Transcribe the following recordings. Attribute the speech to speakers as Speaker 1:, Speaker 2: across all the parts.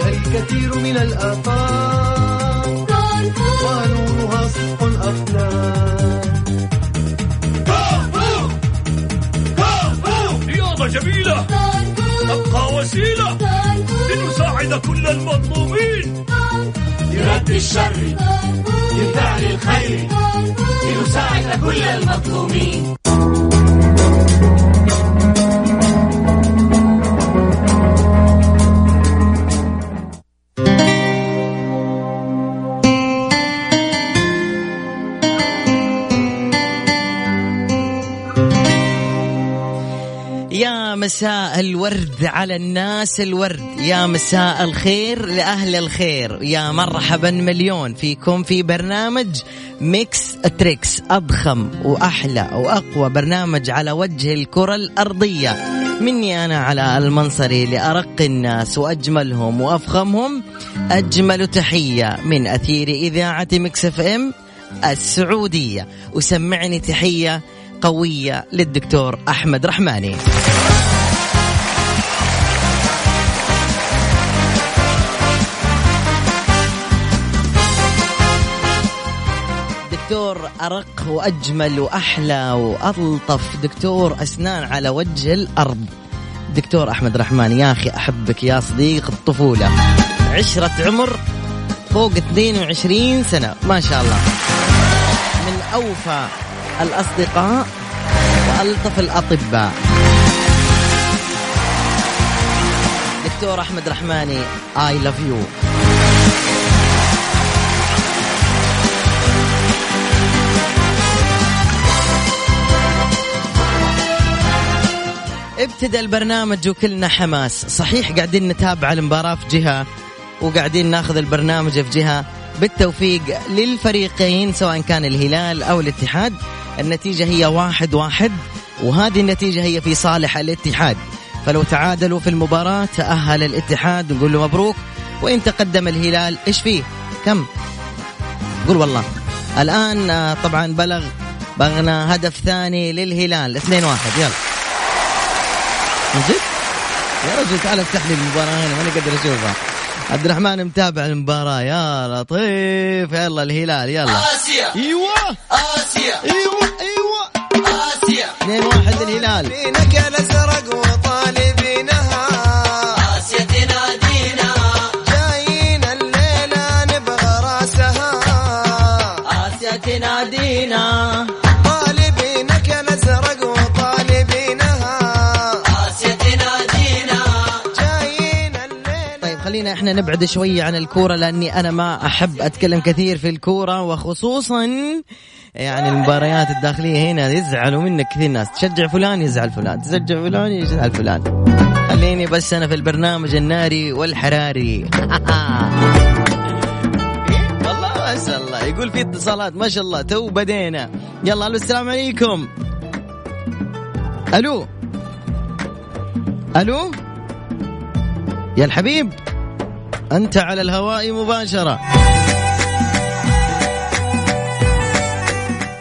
Speaker 1: تسير من الآفاق ونورها صدق أفلاك
Speaker 2: رياضة جميلة أبقى وسيلة لنساعد كل المظلومين
Speaker 3: لرد الشر للدفع للخير لنساعد كل المظلومين
Speaker 4: يا مساء الورد على الناس الورد يا مساء الخير لأهل الخير يا مرحبا مليون فيكم في برنامج ميكس تريكس أضخم وأحلى وأقوى برنامج على وجه الكرة الأرضية مني أنا على المنصري لأرق الناس وأجملهم وأفخمهم أجمل تحية من أثير إذاعة ميكس اف ام السعودية وسمعني تحية قوية للدكتور أحمد رحماني دكتور أرق وأجمل وأحلى وألطف دكتور أسنان على وجه الأرض دكتور أحمد رحمن يا أخي أحبك يا صديق الطفولة عشرة عمر فوق 22 سنة ما شاء الله من أوفى الأصدقاء وألطف الأطباء دكتور أحمد رحماني I love you ابتدى البرنامج وكلنا حماس صحيح قاعدين نتابع المباراة في جهة وقاعدين ناخذ البرنامج في جهة بالتوفيق للفريقين سواء كان الهلال أو الاتحاد النتيجة هي واحد واحد وهذه النتيجة هي في صالح الاتحاد فلو تعادلوا في المباراة تأهل الاتحاد نقول له مبروك وإن تقدم الهلال إيش فيه كم قول والله الآن آه، طبعا بلغ بغنا هدف ثاني للهلال 2-1 يلا من جد؟ يا رجل تعال افتح لي المباراة هنا ماني قادر اشوفها. عبد الرحمن متابع المباراة يا لطيف يلا الهلال يلا.
Speaker 3: آسيا
Speaker 4: ايوه
Speaker 3: آسيا
Speaker 4: ايوه ايوه
Speaker 3: أيوة. آسيا
Speaker 4: 2 1 للهلال
Speaker 1: دينك يا الأزرق وطالبينها
Speaker 3: آسيا تنادينا
Speaker 1: جايين الليلة نبغى راسها
Speaker 4: آسيا تنادينا
Speaker 1: طالبينك يا الأزرق وطالبينها
Speaker 3: آسيا تنادينا
Speaker 1: جايين الليلة
Speaker 4: طيب خلينا احنا نبعد شوية عن الكورة لأني أنا ما أحب أتكلم كثير في الكورة وخصوصا يعني المباريات الداخلية هنا يزعلوا منك كثير ناس تشجع فلان يزعل فلان تشجع فلان يزعل فلان خليني بس أنا في البرنامج الناري والحراري والله ما شاء الله يقول في اتصالات ما شاء الله تو بدينا يلا الو السلام عليكم الو الو يا الحبيب انت على الهواء مباشره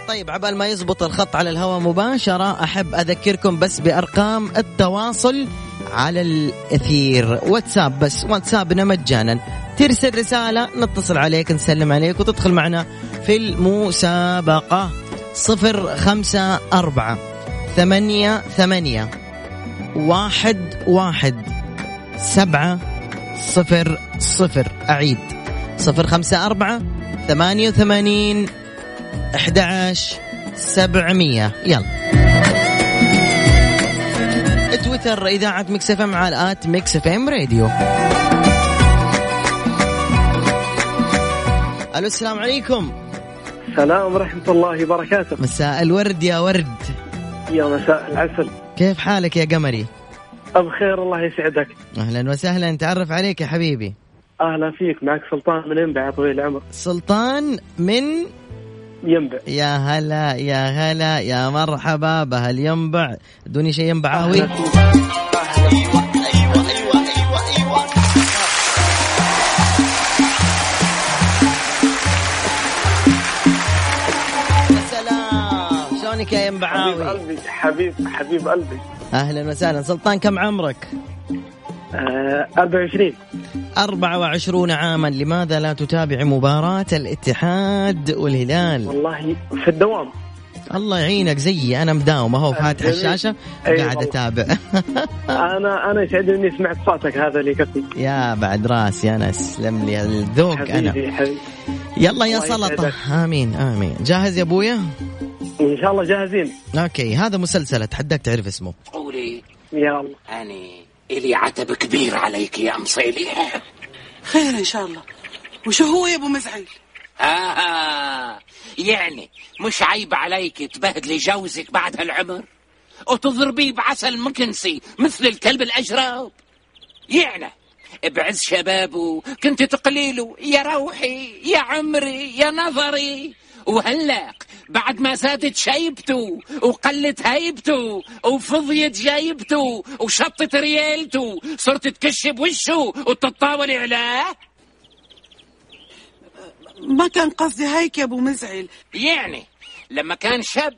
Speaker 4: طيب عبال ما يزبط الخط على الهواء مباشرة أحب أذكركم بس بأرقام التواصل على الأثير واتساب بس واتسابنا مجانا ترسل رسالة نتصل عليك نسلم عليك وتدخل معنا في المسابقة صفر خمسة أربعة ثمانية ثمانية واحد واحد سبعة صفر صفر أعيد صفر خمسة أربعة ثمانية وثمانين 11 700 يلا تويتر إذاعة ميكس اف ام على آت ميكس اف ام راديو ألو السلام عليكم
Speaker 5: السلام ورحمة الله وبركاته
Speaker 4: مساء الورد يا ورد
Speaker 5: يا مساء العسل
Speaker 4: كيف حالك يا قمري
Speaker 5: بخير الله يسعدك
Speaker 4: أهلا وسهلا نتعرف عليك يا حبيبي
Speaker 5: أهلا فيك معك سلطان من ينبع يا طويل العمر
Speaker 4: سلطان من
Speaker 5: ينبع
Speaker 4: يا هلا يا هلا يا مرحبا بهل ينبع دوني شيء ينبعاوي يا سلام شلونك يا
Speaker 5: حبيب
Speaker 4: ينبعاوي
Speaker 5: قلبي حبيب حبيب قلبي
Speaker 4: اهلا وسهلا سلطان كم عمرك
Speaker 5: آه 24
Speaker 4: 24 عاما لماذا لا تتابع مباراة الاتحاد والهلال
Speaker 5: والله في الدوام
Speaker 4: الله يعينك زيي أنا مداوم أهو فاتح
Speaker 5: جميل. أيوة.
Speaker 4: الشاشة
Speaker 5: أي
Speaker 4: قاعد
Speaker 5: والله.
Speaker 4: أتابع آه.
Speaker 5: انا انا يسعدني اني سمعت صوتك هذا اللي يكفي
Speaker 4: يا بعد راس يا ناس لم لي الذوق أنا
Speaker 5: حبيبي حبيبي
Speaker 4: يلا يا
Speaker 5: الله
Speaker 4: سلطة
Speaker 5: يسعدك.
Speaker 4: آمين آمين جاهز يا أبويا
Speaker 5: ان شاء الله جاهزين
Speaker 4: أوكي هذا مسلسل أتحداك تعرف اسمه
Speaker 6: قولي
Speaker 5: يا الله
Speaker 6: أني إلي عتب كبير عليك يا مصيلي
Speaker 7: خير ان شاء الله وشو هو يا ابو مزعل
Speaker 6: آه يعني مش عيب عليك تبهدلي جوزك بعد هالعمر وتضربيه بعسل مكنسي مثل الكلب الأجراب يعني بعز شبابه كنت تقليله يا روحي يا عمري يا نظري وهلق بعد ما زادت شيبته وقلت هيبته وفضيت جايبته وشطت ريالته صرت تكشب وشه وتتطاول علاه
Speaker 7: ما كان قصدي هيك يا ابو مزعل
Speaker 6: يعني لما كان شاب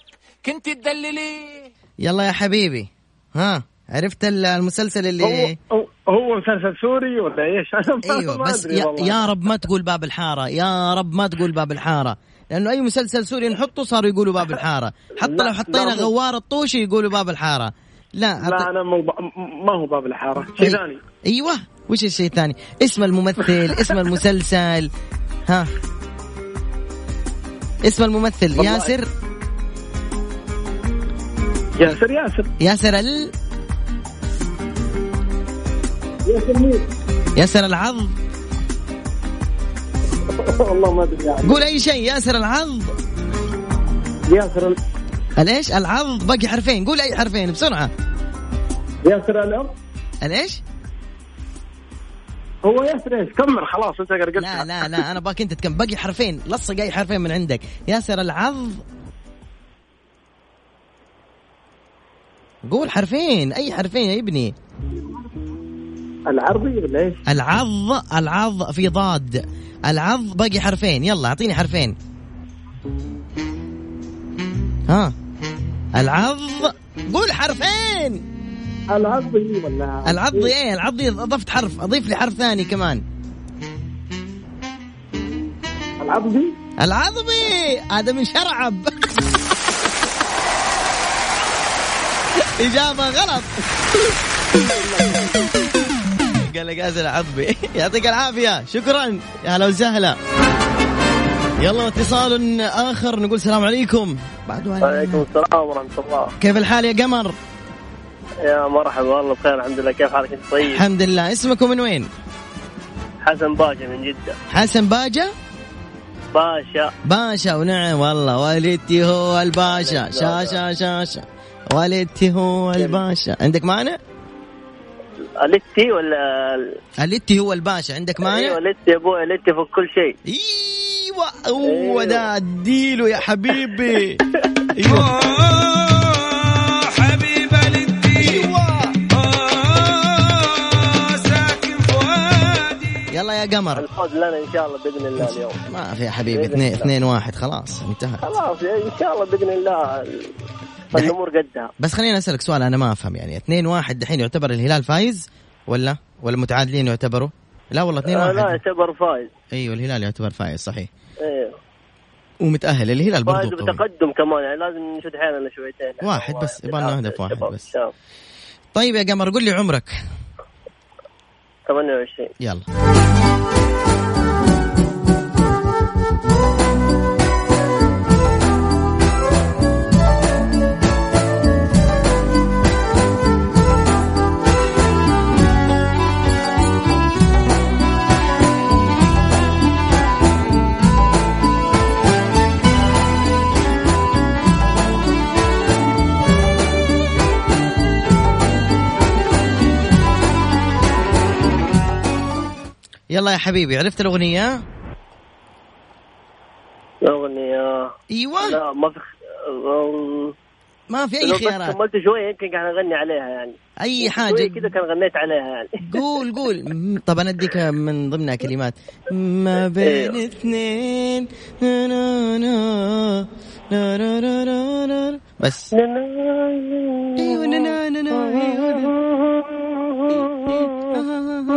Speaker 6: كنت تدلليه
Speaker 4: يلا يا حبيبي ها عرفت ال- المسلسل
Speaker 5: هو
Speaker 4: اللي
Speaker 5: هو- هو مسلسل سوري ولا ايش انا ما-
Speaker 4: ايوه
Speaker 5: ما
Speaker 4: بس
Speaker 5: أدري
Speaker 4: يا,
Speaker 5: والله.
Speaker 4: يا رب ما تقول باب الحاره يا رب ما تقول باب الحاره لانه اي مسلسل سوري نحطه صاروا يقولوا باب الحاره حتى
Speaker 5: لا،
Speaker 4: لو حطينا
Speaker 5: لا، مو-
Speaker 4: غوار الطوشي يقولوا باب الحاره لا
Speaker 5: لا
Speaker 4: أعط-
Speaker 5: انا مو ب- م- ما هو باب الحاره شيء ثاني
Speaker 4: ايوه وش الشيء الثاني اسم الممثل اسم المسلسل ها اسم الممثل
Speaker 5: والله.
Speaker 4: ياسر
Speaker 5: ياسر ياسر
Speaker 4: ياسر ال
Speaker 5: ياسر مين؟
Speaker 4: ياسر العض
Speaker 5: والله ما ادري يعني
Speaker 4: قول اي شيء ياسر العض
Speaker 5: ياسر ال-
Speaker 4: الايش العض باقي حرفين قول اي حرفين بسرعه
Speaker 5: ياسر الأب
Speaker 4: الايش
Speaker 5: هو ياسر ايش كمل خلاص انت قرقت
Speaker 4: لا لا لا انا باك انت تكمل باقي حرفين لصق اي حرفين من عندك ياسر العض قول حرفين اي حرفين يا ابني
Speaker 5: العربي ولا ايش؟
Speaker 4: العض العض في ضاد العض باقي حرفين يلا اعطيني حرفين ها العض قول حرفين
Speaker 5: العربي ولا
Speaker 4: العض ايه العض اضفت حرف اضيف لي حرف ثاني كمان
Speaker 5: العربي
Speaker 4: العظمي هذا من شرعب إجابة غلط قال لك أزل عظمي يعطيك العافية شكرا يا هلا وسهلا يلا اتصال آخر نقول السلام عليكم بعد
Speaker 5: وعليكم
Speaker 4: وعليكم.
Speaker 5: السلام ورحمه آه، الله
Speaker 4: كيف الحال يا قمر
Speaker 5: يا مرحبا والله بخير الحمد لله كيف حالك انت طيب؟
Speaker 4: الحمد لله اسمكم من وين
Speaker 5: حسن باجا من جده
Speaker 4: حسن باجة
Speaker 5: باشا
Speaker 4: باشا ونعم والله والدتي هو الباشا شاشة شاشة والدتي هو الباشا عندك مانع؟
Speaker 5: التي ولا ال-
Speaker 4: التي هو الباشا عندك
Speaker 5: ايوه
Speaker 4: مانع؟
Speaker 5: التي يا ابوي التي في كل شيء
Speaker 4: ايوه
Speaker 5: أيوة.
Speaker 4: هو ده اديله يا حبيبي ايوه
Speaker 2: حبيبة آه، للدين
Speaker 6: أيوة.
Speaker 2: آه، ساكن فؤادي
Speaker 4: يلا يا قمر
Speaker 5: الفوز لنا ان شاء الله باذن الله اليوم
Speaker 4: ما في يا حبيبي اثنين اثنين واحد خلاص انتهى
Speaker 5: خلاص ان شاء الله باذن الله ال- الامور قدها
Speaker 4: بس خليني اسالك سؤال انا ما افهم يعني اثنين واحد دحين يعتبر الهلال فايز ولا ولا متعادلين يعتبروا؟ لا والله اثنين
Speaker 5: آه، لا
Speaker 4: واحد
Speaker 5: يعتبر فايز
Speaker 4: ايوه الهلال يعتبر فايز صحيح
Speaker 5: ايه
Speaker 4: ومتاهل الهلال
Speaker 5: فايز
Speaker 4: برضه قوي.
Speaker 5: بتقدم كمان يعني لازم نشد حيلنا شويتين
Speaker 4: واحد بس، يبغى لنا هدف واحد بس.
Speaker 5: تمام.
Speaker 4: طيب يا قمر قول لي عمرك
Speaker 5: 28
Speaker 4: يلا يلا يا حبيبي عرفت الاغنيه؟
Speaker 5: اغنية
Speaker 4: ايوه
Speaker 5: آه، لا ما في خ- أم،
Speaker 4: ما في
Speaker 5: لو
Speaker 4: اي
Speaker 5: بس
Speaker 4: إيه خيارات
Speaker 5: كملت شوية يمكن كان اغني عليها يعني
Speaker 4: اي
Speaker 5: شوية
Speaker 4: حاجه
Speaker 5: كذا كان غنيت عليها يعني
Speaker 4: قول قول م- طب انا اديك من ضمنها كلمات ما بين
Speaker 5: أيوه.
Speaker 4: اثنين نا نا نا نا نا نا نا نا نا. بس أيوة، ايوه نا نا نا نا، ايوه نا. أيوة، إيه، إيه، آه، آه.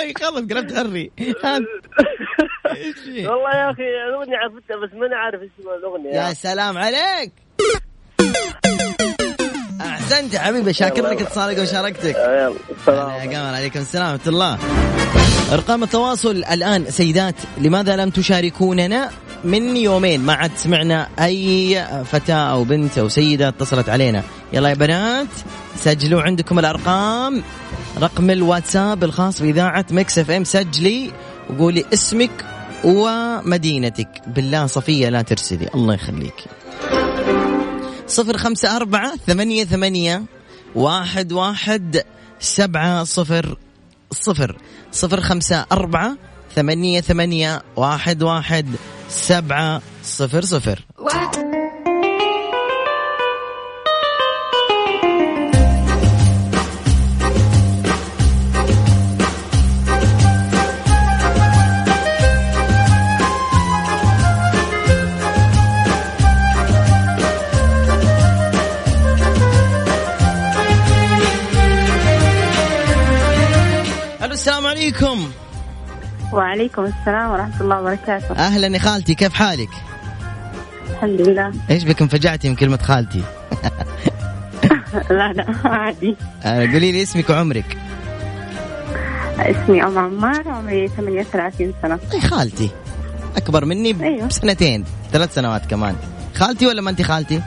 Speaker 4: إيه، خلاص آه. قلبت حري هات. إيش في؟
Speaker 8: والله يا اخي الاغنيه عرفتها بس ماني عارف اسم
Speaker 4: يا
Speaker 8: الاغنيه
Speaker 4: سلام عليك احسنت يا حبيبي شاكر لك اتصالك ومشاركتك
Speaker 8: آه،
Speaker 4: هلا
Speaker 8: يلا
Speaker 4: يا
Speaker 8: السلام
Speaker 4: قمر عليكم السلام ورحمة الله أرقام التواصل الآن سيدات لماذا لم تشاركوننا من يومين ما عاد سمعنا أي فتاة أو بنت أو سيدة اتصلت علينا يلا يا بنات سجلوا عندكم الأرقام رقم الواتساب الخاص بإذاعة مكس اف ام سجلي وقولي اسمك ومدينتك بالله صفية لا ترسلي الله يخليك صفر خمسة أربعة ثمانية ثمانية واحد واحد سبعة صفر صفر صفر خمسة أربعة ثمانية ثمانية واحد واحد سبعة صفر صفر ألو السلام عليكم
Speaker 5: وعليكم السلام ورحمة الله وبركاته
Speaker 4: أهلا يا خالتي كيف حالك
Speaker 5: الحمد لله
Speaker 4: إيش بك انفجعتي من كلمة خالتي
Speaker 5: لا لا عادي
Speaker 4: أه، قولي لي اسمك وعمرك
Speaker 5: اسمي أم عمار عمري 38 سنة
Speaker 4: أي خالتي أكبر مني
Speaker 5: أيوه.
Speaker 4: ب- بسنتين ثلاث سنوات كمان خالتي ولا ما أنت خالتي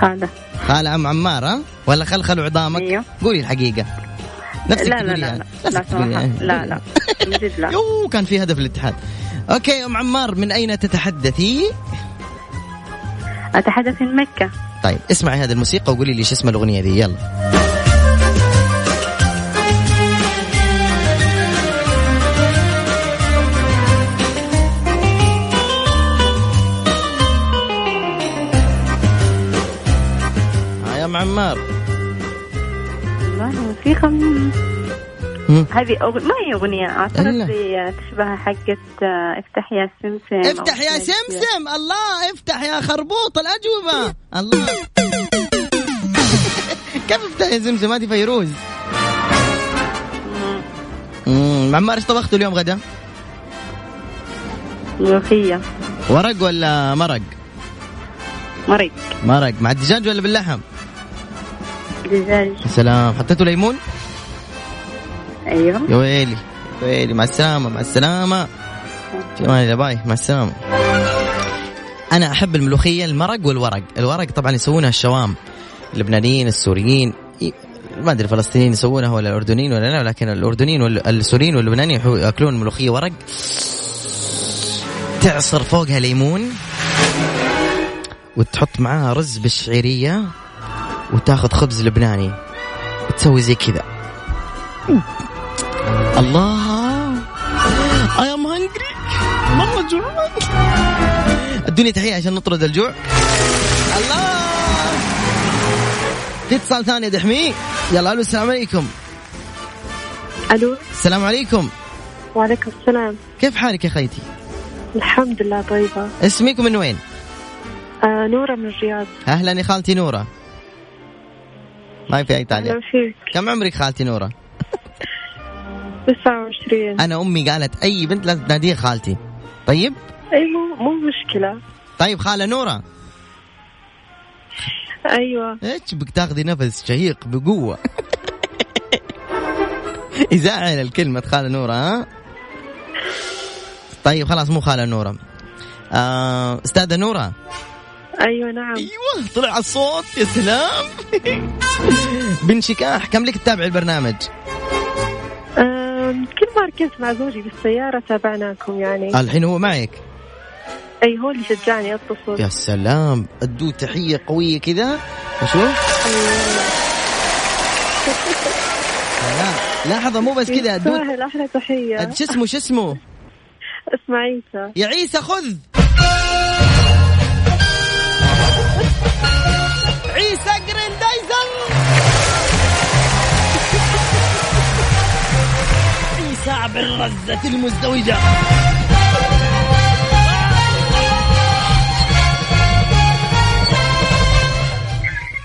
Speaker 5: خالة
Speaker 4: خالة أم عمار ها ولا خلخل وعظامك
Speaker 5: أيوه.
Speaker 4: قولي الحقيقة نفسك
Speaker 5: لا لا
Speaker 4: تقولي
Speaker 5: لا
Speaker 4: يعني. نفسك
Speaker 5: لا لا
Speaker 4: تقولي
Speaker 5: صراحة
Speaker 4: يعني.
Speaker 5: لا لا من جد لا
Speaker 4: يوه كان في هدف الاتحاد اوكي ام عمار من اين تتحدثي
Speaker 5: أتحدث من مكة
Speaker 4: طيب اسمعي هذه الموسيقى وقولي لي شو اسم الاغنيه دي يلا ها آه، يا ام عمار
Speaker 5: والله موسيقى م-
Speaker 4: مم.
Speaker 5: هذه أغ... ما هي أغنية
Speaker 4: إلا.
Speaker 5: أعتقد هي تشبه حقت آه، افتح يا سمسم أو
Speaker 4: افتح يا
Speaker 5: شيء.
Speaker 4: سمسم الله افتح يا خربوط الاجوبه الله كيف افتح يا سمسم هذه فيروز
Speaker 5: مم.
Speaker 4: امم عمار ايش طبختوا اليوم غدا؟
Speaker 5: ملوخية
Speaker 4: ورق ولا مرق؟
Speaker 5: مرق
Speaker 4: مرق مع الدجاج ولا باللحم؟
Speaker 5: دجاج
Speaker 4: يا سلام حطيتوا ليمون؟
Speaker 5: أيوه
Speaker 4: يا ويلي يا ويلي مع السلامة مع السلامة في امان الله باي مع السلامة أنا أحب الملوخية المرق والورق، الورق طبعا يسوونها الشوام اللبنانيين السوريين ي- ما ادري الفلسطينيين يسوونها ولا الاردنيين ولا لا لكن الاردنيين والسوريين واللبنانيين يحو- ياكلون ملوخيه ورق تعصر فوقها ليمون وتحط معاها رز بالشعيريه وتاخذ خبز لبناني وتسوي زي كذا الله I am hungry مرة جوعان الدنيا تحية عشان نطرد الجوع الله في اتصال ثاني يا دحمي يلا الو السلام عليكم
Speaker 5: ألو
Speaker 4: السلام عليكم
Speaker 5: وعليكم السلام
Speaker 4: كيف حالك يا خيتي
Speaker 5: الحمد لله طيبة
Speaker 4: اسمك ومن وين
Speaker 5: آه نورة من الرياض
Speaker 4: اهلا يا خالتي نورة ما في اي تعليق
Speaker 5: أهلا فيك
Speaker 4: كم عمرك خالتي نورة
Speaker 5: 29
Speaker 4: انا امي قالت اي بنت لازم تناديها خالتي طيب
Speaker 5: اي مو مو مشكله
Speaker 4: طيب خالة نورة
Speaker 5: ايوه
Speaker 4: ايش بك تاخذي نفس شهيق بقوه يزعل الكلمة خالة نورة ها طيب خلاص مو خالة نورة آه استاذة نورة
Speaker 5: ايوه نعم
Speaker 4: ايوه طلع الصوت يا سلام بن شكاح كم لك تتابع البرنامج؟
Speaker 5: أم، كل مره كنت مع زوجي بالسياره تابعناكم يعني
Speaker 4: الحين هو معك
Speaker 5: اي هو اللي شجعني اتصل
Speaker 4: يا سلام ادوه تحية قوية كذا وشوف سلام لحظة مو بس إيه، كذا ادوه
Speaker 5: سهل احلى تحيه
Speaker 4: شو اسمه شو اسمه؟
Speaker 5: اسمع عيسى
Speaker 4: يا عيسى خذ عيسى جريندايزر عيسى عبر الرزة المزدوجة أيوة.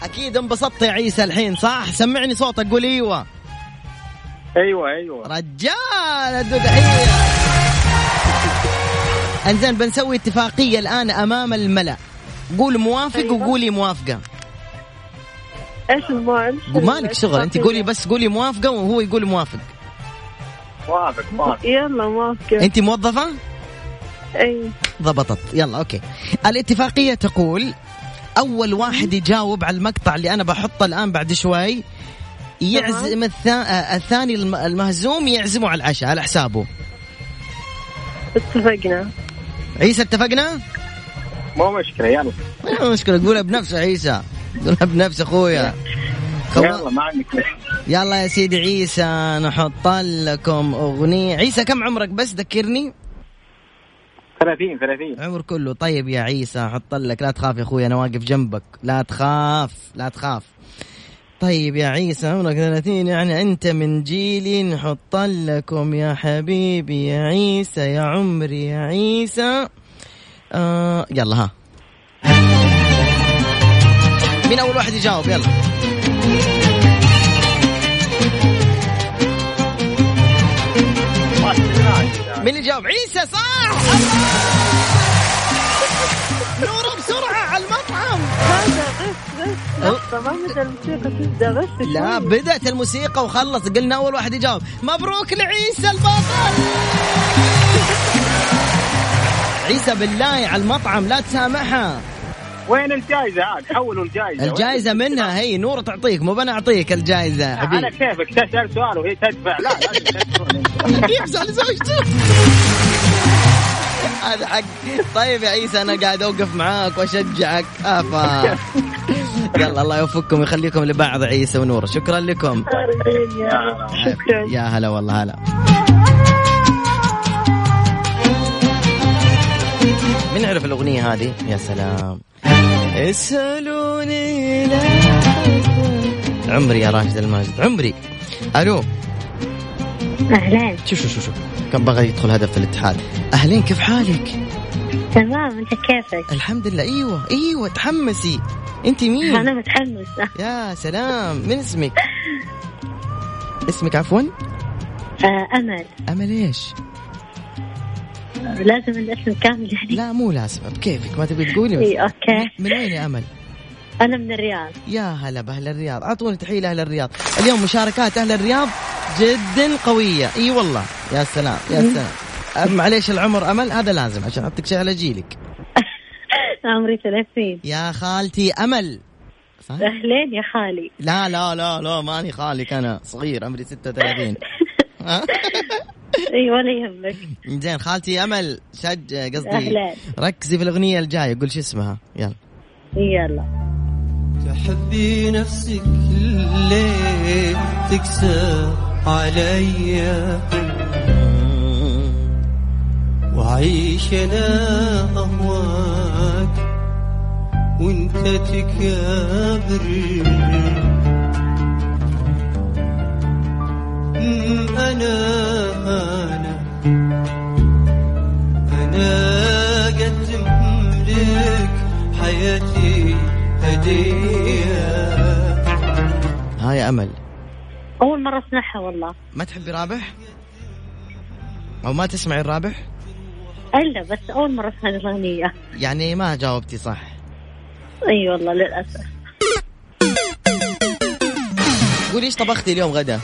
Speaker 4: أكيد انبسطت يا عيسى الحين صح؟ سمعني صوتك قول أيوه
Speaker 5: ايوه ايوه
Speaker 4: رجال الدودحية انزين بنسوي اتفاقية الآن أمام الملأ قول موافق
Speaker 9: أيوة.
Speaker 4: وقولي موافقة
Speaker 9: ايش المال؟
Speaker 5: أيوة،
Speaker 4: مالك شغل أنت قولي بس قولي موافقة وهو يقول موافق
Speaker 5: موافق موافق
Speaker 9: يلا موافقة
Speaker 4: أنت موظفة؟ إيه.
Speaker 9: اي
Speaker 4: ضبطت يلا أوكي الاتفاقية تقول أول واحد يجاوب على المقطع اللي أنا بحطه الآن بعد شوي يعزم الثا... آه، الثاني الم- المهزوم يعزمه على العشاء على حسابه
Speaker 9: اتفقنا
Speaker 4: عيسى اتفقنا؟
Speaker 5: مو مشكله يلا
Speaker 4: ما المشكلة قولها بنفس عيسى قولها بنفس اخويا
Speaker 5: يلا ما عندك مشكله
Speaker 4: يلا يا سيدي عيسى نحط لكم اغنية عيسى كم عمرك بس ذكرني
Speaker 5: 30 30
Speaker 4: عمر كله طيب يا عيسى حط لك لا تخاف يا اخوي انا واقف جنبك لا تخاف لا تخاف طيب يا عيسى عمرك 30 يعني انت من جيلي نحط لكم يا حبيبي يا عيسى يا عمري يا عيسى آه يلا ها مين اول واحد يجاوب يلا مين اللي جاوب عيسى صح الله! نورة بسرعة على المطعم
Speaker 9: هذا غش غش لحظة ما بدأ الموسيقى تبدأ غش
Speaker 4: لا
Speaker 9: شوي.
Speaker 4: بدأت الموسيقى وخلص قلنا أول واحد يجاوب مبروك لعيسى البطل عيسى بالله على المطعم لا تسامحها
Speaker 5: وين الجائزه عاد حولوا الجائزه
Speaker 4: الجائزة منها هي نور تعطيك مو أنا أعطيك الجائزة
Speaker 5: وين- على
Speaker 4: حبيبي
Speaker 5: كيفك تسال سؤال وهي تدفع لا لازم تدفع.
Speaker 4: يحزن لزوجته هذا حق طيب يا عيسى انا قاعد اوقف معاك واشجعك افا يلا الله يوفقكم ويخليكم لبعض عيسى ونور شكرا لكم
Speaker 9: آمين يا رب. شكرا
Speaker 4: يا هلا والله هلا من يعرف الأغنية هذه يا سلام اسألوني لا أسأل. عمري يا راشد الماجد عمري ألو
Speaker 8: أهلين
Speaker 4: شوف شوف شوف شوف كان بغى يدخل هدف في الاتحاد أهلين كيف حالك
Speaker 8: تمام أنت كيفك؟
Speaker 4: الحمد لله أيوة أيوة تحمسي أنت مين
Speaker 8: أنا متحمسة
Speaker 4: يا سلام من اسمك اسمك عفوا
Speaker 8: آه، أمل
Speaker 4: أمل إيش
Speaker 8: لازم الاسم كامل يعني
Speaker 4: لا مو لازم بكيفك ما تبي تقولي بس.
Speaker 8: إي، أوكي
Speaker 4: من وين يا امل؟
Speaker 8: أنا من الرياض
Speaker 4: يا هلا باهل الرياض، اعطوني تحيه لاهل الرياض، اليوم مشاركات اهل الرياض جدا قويه، اي والله، يا سلام يا سلام. أم- معليش العمر امل هذا لازم عشان اعطيك شيء على جيلك.
Speaker 8: عمري 30
Speaker 4: يا خالتي امل صح؟
Speaker 8: أهلين يا خالي
Speaker 4: لا لا لا لا ماني خالك انا صغير عمري 36 ها؟
Speaker 8: إي ولا يهمك
Speaker 4: زين خالتي امل شج قصدي
Speaker 8: أهلين
Speaker 4: ركزي في الاغنيه الجايه قول شو اسمها يلا
Speaker 8: يلا
Speaker 3: تحبي نفسك الليل تكسر عليا وعيش انا اهواك وانت تكابر أمم، انا انا انا قدم لك حياتي هديه
Speaker 4: ها يا امل
Speaker 8: أول مرة أسمعها والله
Speaker 4: ما تحبي رابح؟ او ما تسمعي الرابح؟
Speaker 8: إلا بس أول مرة أسمع الأغنية
Speaker 4: يعني ما جاوبتي صح
Speaker 8: إي والله للأسف
Speaker 4: قولي ايش طبختي اليوم غدا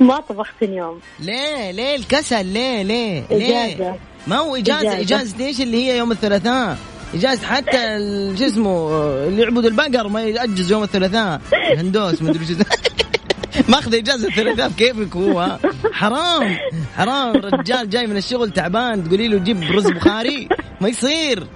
Speaker 8: ما طبخت اليوم
Speaker 4: ليه ليه الكسل ليه ليه ليه
Speaker 8: إجازة.
Speaker 4: ما هو إجازة
Speaker 8: إجازة.
Speaker 4: إجازة ايش اللي هي يوم الثلاثاء إجازة حتى ال- شو اسمه اللي يعبد البقر ما يأجز يوم الثلاثاء الهندوس ما ادري شو اسمه. ماخذ إجازة الثلاثاء بكيفك هو ها؟ حرام حرام رجال جاي من الشغل تعبان تقولي له جيب رز بخاري ما يصير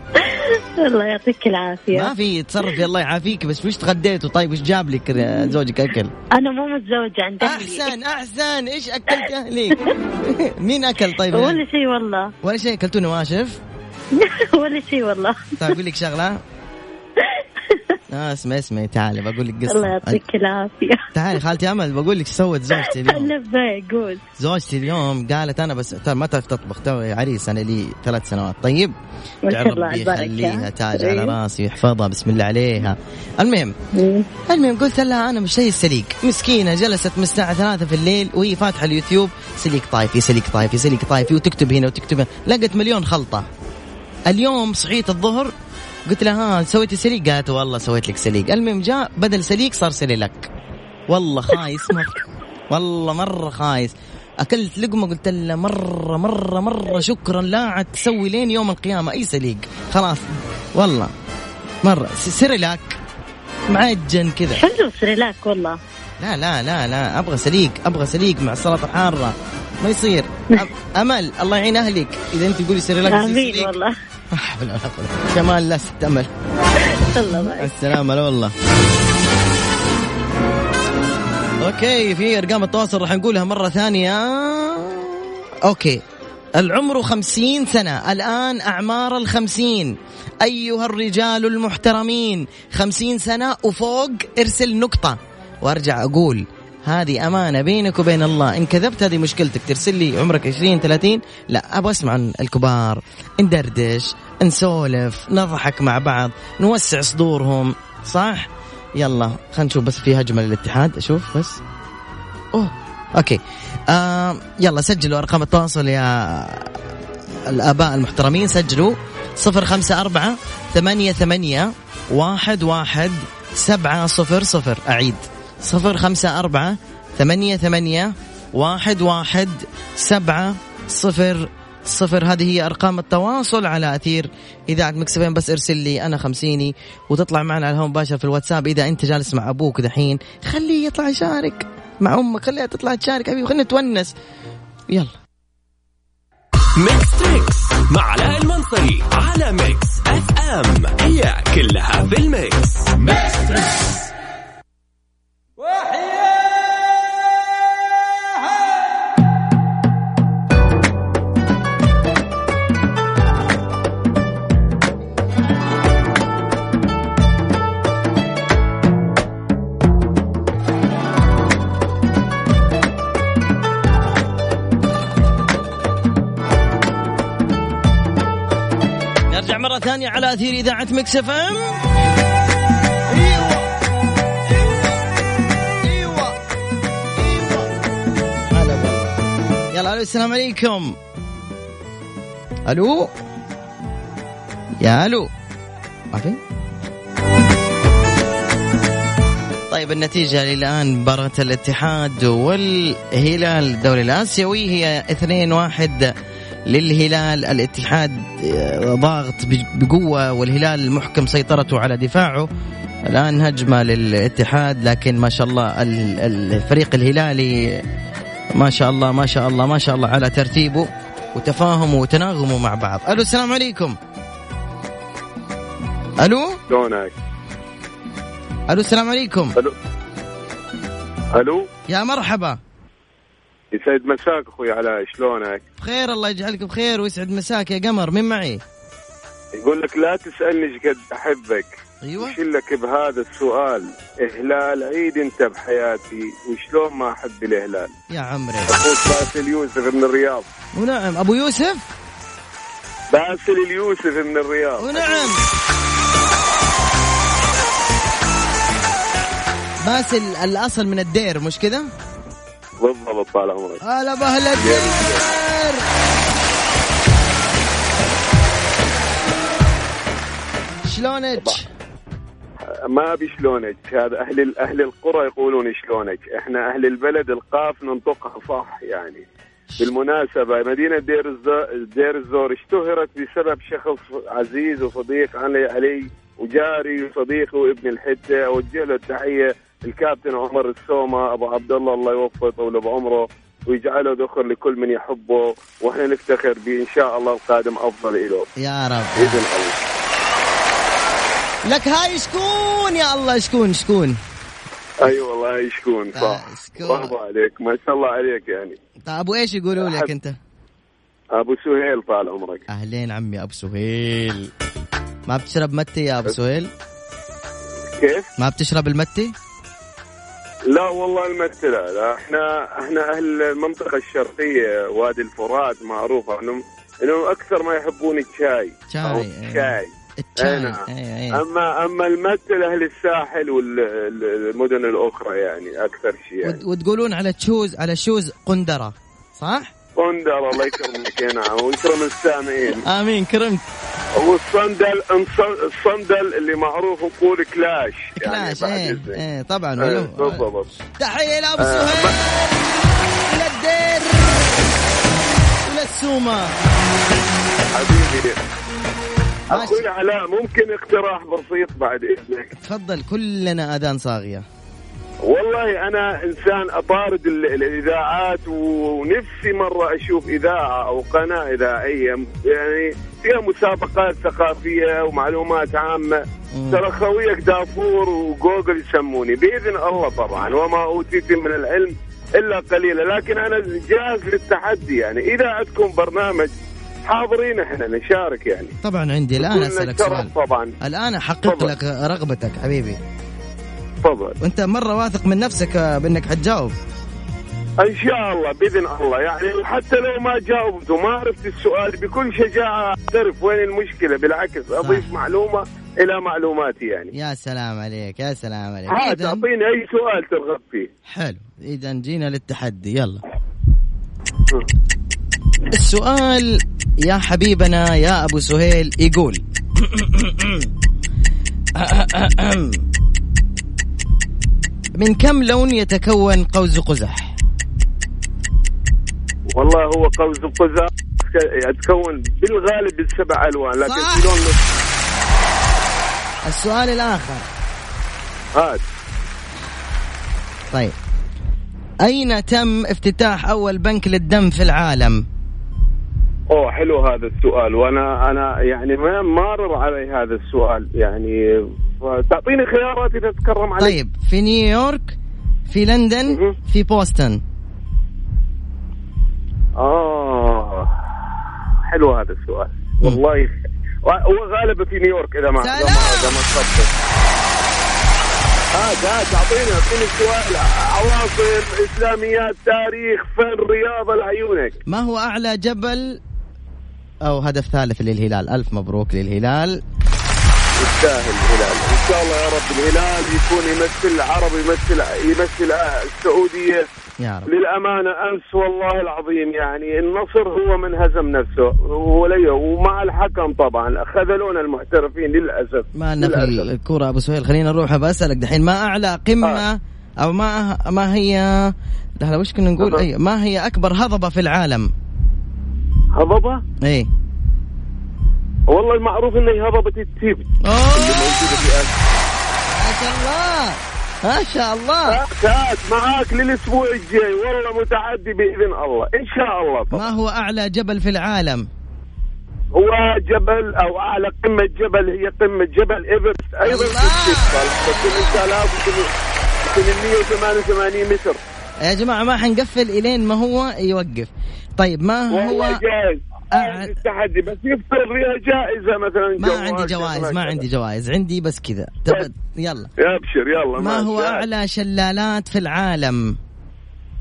Speaker 8: الله يعطيك
Speaker 4: ما
Speaker 8: العافية
Speaker 4: في تصرفي الله يعافيك بس وش تغديتوا طيب وش جاب لك زوجك أكل
Speaker 8: أنا مو متزوجة عند أهلي
Speaker 4: احسن احسن ايش اكلت اهلي مين اكل طيب
Speaker 8: ولا شيء والله
Speaker 4: ولا شيء اكلتوا نواشف
Speaker 8: ولا شيء والله
Speaker 4: طيب اقول لك شغله اه اسمعي اسمعي تعالي بقول لك قصه
Speaker 8: الله يعطيك العافية
Speaker 4: تعالي خالتي امل بقول لك سوت زوجتي اليوم
Speaker 8: لبى قول
Speaker 4: زوجتي اليوم قالت انا بس ترى ما تعرف تطبخ توي عريس انا لي ثلاث سنوات طيب
Speaker 8: ما شاء
Speaker 4: يا
Speaker 8: الله
Speaker 4: ربي
Speaker 8: عبارك،
Speaker 4: يخليها
Speaker 8: ها؟
Speaker 4: تاج
Speaker 8: إيه.
Speaker 4: على راسي ويحفظها بسم الله عليها المهم
Speaker 8: مم.
Speaker 4: المهم قلت لها انا مش شيء السليق مسكينه جلست من الساعه ثلاثة في الليل وهي فاتحه اليوتيوب سليق طايفي سليق طايفي سليق طايفي وتكتب هنا وتكتب هنا لقت مليون خلطه اليوم صحيت الظهر قلت لها ها سويتي سليق قالت والله سويت لك سليق المهم جاء بدل سليق صار سليلك والله خايس مره والله مره خايس اكلت لقمه قلت لها مره مره مره شكرا لا عاد تسوي لين يوم القيامه اي سليق خلاص والله مره س- سريلاك معجن كذا
Speaker 8: حلو سريلاك والله
Speaker 4: لا لا لا لا ابغى سليق ابغى سليق مع السلطه الحاره ما يصير أم- امل الله يعين اهلك اذا انت تقولي سريلاك يصير
Speaker 8: آمين
Speaker 4: سليق.
Speaker 8: والله
Speaker 4: لا حول ولا قوة. جمال لا ست امل
Speaker 8: الله معك
Speaker 4: السلامة لا والله اوكي في ارقام التواصل راح نقولها مرة ثانية اوكي العمر خمسين سنة الآن أعمار الخمسين أيها الرجال المحترمين خمسين سنة وفوق ارسل نقطة وارجع أقول هذه أمانة بينك وبين الله إن كذبت هذه مشكلتك ترسل لي عمرك 20 30 لا أبغى أسمع عن الكبار ندردش نسولف نضحك مع بعض نوسع صدورهم صح يلا خلينا نشوف بس في هجمة للاتحاد أشوف بس أوه أوكي آه يلا سجلوا أرقام التواصل يا الآباء المحترمين سجلوا صفر خمسة أربعة ثمانية ثمانية واحد واحد سبعة صفر صفر أعيد صفر خمسة أربعة ثمانية ثمانية واحد واحد سبعة صفر صفر هذه هي أرقام التواصل على أثير إذاعة مكسفين بس ارسل لي أنا خمسيني وتطلع معنا على الهواء مباشر في الواتساب إذا أنت جالس مع أبوك دحين خليه يطلع يشارك مع أمك خليها تطلع تشارك حبيبي خلينا نتونس يلا
Speaker 10: ميكس تريكس مع علاء المنصري على ميكس اف ام هي كلها في الميكس
Speaker 4: نرجع مرة ثانية على أثير إذاعة مكس اف ام
Speaker 6: أيوة.
Speaker 4: هلا بالله. يلا ألو السلام عليكم ألو يا ألو ما في طيب النتيجة للآن مباراة الاتحاد والهلال الدوري الآسيوي هي 2-1 للهلال الاتحاد آه، ضاغط ب- بقوة والهلال محكم سيطرته على دفاعه الآن هجمة للاتحاد لكن ما شاء الله ال- ال- الفريق الهلالي ما شاء الله ما شاء الله ما شاء الله على ترتيبه وتفاهمه وتناغمه مع بعض ألو السلام عليكم ألو
Speaker 5: شلونك؟
Speaker 4: ألو السلام عليكم
Speaker 5: الو الو
Speaker 4: يا مرحبا
Speaker 5: يسعد مساك اخوي علاء شلونك؟
Speaker 4: بخير الله يجعلك بخير ويسعد مساك يا قمر مين معي؟
Speaker 5: يقول لك لا تسالني ايش قد احبك
Speaker 4: ايوه
Speaker 5: وش لك بهذا السؤال اهلال عيد انت بحياتي وشلون ما احب الهلال
Speaker 4: يا عمري
Speaker 5: اخوك باسل يوسف من الرياض
Speaker 4: ونعم ابو يوسف
Speaker 5: باسل اليوسف من الرياض
Speaker 4: ونعم باسل الاصل من الدير مش كذا؟
Speaker 5: بالضبط طال عمرك
Speaker 4: هلا بهلا الدير شلونك؟
Speaker 5: ما بشلونك هذا اهل اهل القرى يقولون شلونك احنا اهل البلد القاف ننطقها صح يعني بالمناسبة مدينة دير الزور, دير الزور اشتهرت بسبب شخص عزيز وصديق علي, علي وجاري وصديقي وابن الحتة أوجه له التحية الكابتن عمر السومة أبو عبد الله الله يوفقه طول بعمره ويجعله ذخر لكل من يحبه واحنا نفتخر به إن شاء الله القادم أفضل له
Speaker 4: يا رب
Speaker 5: بإذن الله
Speaker 4: لك هاي شكون يا الله شكون شكون
Speaker 5: أي أيوة والله يشكون صح
Speaker 4: آه، شكون.
Speaker 5: برافو عليك ما شاء الله عليك يعني
Speaker 4: طيب ابو ايش يقولوا لك
Speaker 5: أحب-
Speaker 4: انت؟
Speaker 5: أبو سهيل طال عمرك
Speaker 4: اهلين عمي ابو سهيل ما بتشرب متى يا ابو سهيل؟
Speaker 5: كيف؟
Speaker 1: ما بتشرب المتي؟
Speaker 5: لا والله المت لا, لا احنا احنا اهل المنطقه الشرقيه وادي الفرات معروفه انهم انهم اكثر ما يحبون الشاي أو
Speaker 1: شاي
Speaker 4: آه.
Speaker 5: الشاي
Speaker 1: الشاي
Speaker 5: أي نعم.
Speaker 4: إيه،
Speaker 1: أي أي.
Speaker 5: اما اما المت لاهل الساحل والمدن الاخرى يعني اكثر شيء يعني
Speaker 1: وت- وتقولون على تشوز على شوز قندرة صح؟
Speaker 5: قندر الله يكرمك يا نعم ويكرم السامعين
Speaker 1: امين
Speaker 5: يعني
Speaker 1: كرمت
Speaker 5: والصندل الصن- الصندل اللي معروف نقول كلاش يعني
Speaker 1: كلاش
Speaker 5: بعد
Speaker 1: ايه
Speaker 5: إذنك.
Speaker 1: ايه طبعا
Speaker 5: إيه،
Speaker 1: معلوم.
Speaker 5: بالضبط
Speaker 1: تحيه لابو
Speaker 5: آه،
Speaker 1: سهيل الى الدير الى السومه
Speaker 5: حبيبي
Speaker 1: ماشي.
Speaker 5: اقول علاء ممكن اقتراح بسيط بعد اذنك
Speaker 1: تفضل كلنا اذان صاغيه
Speaker 5: والله انا انسان اطارد ال- ال- الاذاعات ونفسي مره اشوف اذاعه او قناه اذاعيه م- يعني فيها مسابقات ثقافيه ومعلومات عامه
Speaker 1: مم.
Speaker 5: ترى خويك دافور وجوجل يسموني باذن الله طبعا وما اوتيت من العلم الا قليلا لكن انا جاهز للتحدي يعني اذا عندكم برنامج حاضرين احنا نشارك يعني
Speaker 1: طبعا عندي الان
Speaker 5: كلنا
Speaker 1: اسالك
Speaker 5: شرف
Speaker 1: سؤال
Speaker 5: طبعا
Speaker 1: الان احقق
Speaker 5: تفضل.
Speaker 1: لك رغبتك حبيبي
Speaker 5: تفضل
Speaker 1: وانت مره واثق من نفسك آه، بانك حتجاوب
Speaker 5: ان شاء الله باذن الله يعني حتى لو ما جاوبت وما عرفت السؤال بكل شجاعه اعترف وين المشكله بالعكس اضيف معلومه الى معلوماتي يعني
Speaker 1: يا سلام عليك يا سلام عليك
Speaker 5: عاد
Speaker 1: إذن-
Speaker 5: اعطيني اي سؤال ترغب فيه
Speaker 1: حلو اذا جينا للتحدي يلا السؤال يا حبيبنا يا ابو سهيل يقول من كم لون يتكون قوس قزح؟
Speaker 5: والله هو قوس قزح يتكون بالغالب بالسبع الوان لكن
Speaker 1: صح.
Speaker 5: في لون
Speaker 1: السؤال الاخر
Speaker 5: هات
Speaker 1: طيب اين تم افتتاح اول بنك للدم في العالم؟
Speaker 5: اوه حلو هذا السؤال وانا انا يعني ما ما مر علي هذا السؤال يعني تعطيني خيارات اذا تكرم علي
Speaker 1: طيب في نيويورك في لندن
Speaker 5: مهم.
Speaker 1: في بوسطن
Speaker 5: آه حلو هذا السؤال والله هو غالبا في نيويورك اذا ما إذا ما- اذا ما آه، خطر هات هات اعطيني اعطيني السؤال عواصم اسلاميات تاريخ فن رياضه لعيونك
Speaker 1: ما هو أعلى جبل أو هدف ثالث للهلال ألف مبروك للهلال
Speaker 5: يستاهل الهلال ان شاء الله يا رب الهلال يكون يمثل العرب يمثل يمثل السعوديه
Speaker 1: يا رب
Speaker 5: للأمانة أمس والله العظيم يعني النصر هو من هزم نفسه وليه ومع الحكم طبعا خذلونا المحترفين للأسف
Speaker 1: ما لنا في
Speaker 5: للأسف.
Speaker 1: الكورة أبو سهيل خلينا نروح بسألك دحين ما أعلى قمة
Speaker 5: آه.
Speaker 1: أو ما ما هي لا لا، وش كنا نقول
Speaker 5: أها.
Speaker 1: أي ما هي أكبر هضبة في العالم
Speaker 5: هضبة
Speaker 1: أي
Speaker 5: والله المعروف إن هي هضبة التيب اللي
Speaker 1: أوه
Speaker 5: موجودة في آسيا.
Speaker 1: ما شاء الله ما شاء الله
Speaker 5: هات معاك للأسبوع الجاي والله متعدي بإذن الله إن شاء الله طبعا.
Speaker 1: ما هو أعلى جبل في العالم
Speaker 5: هو جبل أو أعلى قمة جبل هي قمة جبل إيفرست أيضا
Speaker 1: الله.
Speaker 5: في الجبل 8888 متر
Speaker 1: يا جماعة ما حنقفل إلين ما هو يوقف طيب ما هو
Speaker 5: والله جاهز
Speaker 1: أعد-
Speaker 5: جاهز التحدي بس يفترض فيها جائزه مثلا
Speaker 1: ما
Speaker 5: جوال إيه.
Speaker 1: عندي جوائز ما
Speaker 5: كذا.
Speaker 1: عندي جوائز عندي بس كذا تب- يلا
Speaker 5: يا ابشر يلا
Speaker 1: ما هو
Speaker 5: جاهز.
Speaker 1: أعلى شلالات في العالم؟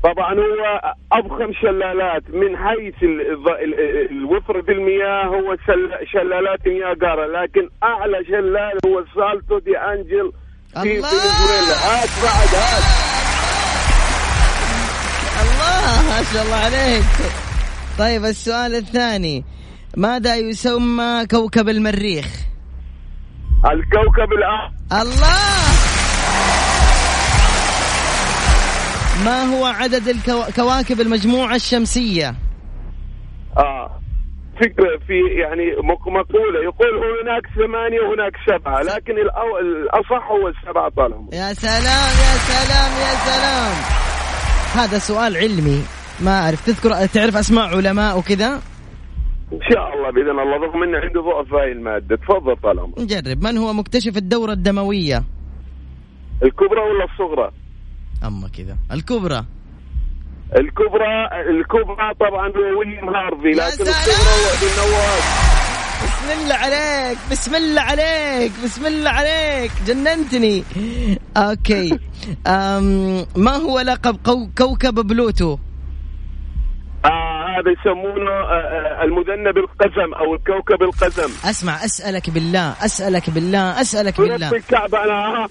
Speaker 5: طبعا هو اضخم شلالات من حيث ال- الض- ال- ال- الوفره في المياه هو شل- شلالات نياجارا لكن اعلى شلال هو سالتو دي انجل في
Speaker 1: الله.
Speaker 5: فنزويلا هات بعد هات
Speaker 1: الله ما شاء الله عليك طيب السؤال الثاني ماذا يسمى كوكب المريخ؟
Speaker 5: الكوكب الاحمر
Speaker 1: الله ما هو عدد الكواكب المجموعة الشمسية؟
Speaker 5: آه. فكرة في يعني مق- مقولة يقول هناك ثمانية وهناك سبعة لكن الأو- الأصح هو السبعة طالهم
Speaker 1: يا سلام يا سلام يا سلام هذا سؤال علمي ما أعرف تذكر تعرف أسماء علماء وكذا؟
Speaker 5: ان شاء الله باذن الله رغم ان عندي ضعف هاي الماده تفضل طال عمرك
Speaker 1: نجرب من هو مكتشف الدورة الدموية؟
Speaker 5: الكبرى ولا الصغرى؟
Speaker 1: أما كذا الكبرى
Speaker 5: الكبرى الكبرى طبعا هو ويليام هارفي
Speaker 1: يا
Speaker 5: لكن
Speaker 1: سلام!
Speaker 5: الصغرى هو ابن نواس
Speaker 1: بسم بسم الله عليك بسم الله عليك بسم الله عليك جننتني اوكي أم ما هو لقب كو- كوكب بلوتو
Speaker 5: آه هذا يسمونه آه آه، المذنب القزم او الكوكب القزم
Speaker 1: اسمع اسالك بالله اسالك بالله اسالك
Speaker 5: ولف
Speaker 1: بالله
Speaker 5: الكعبه انا آه،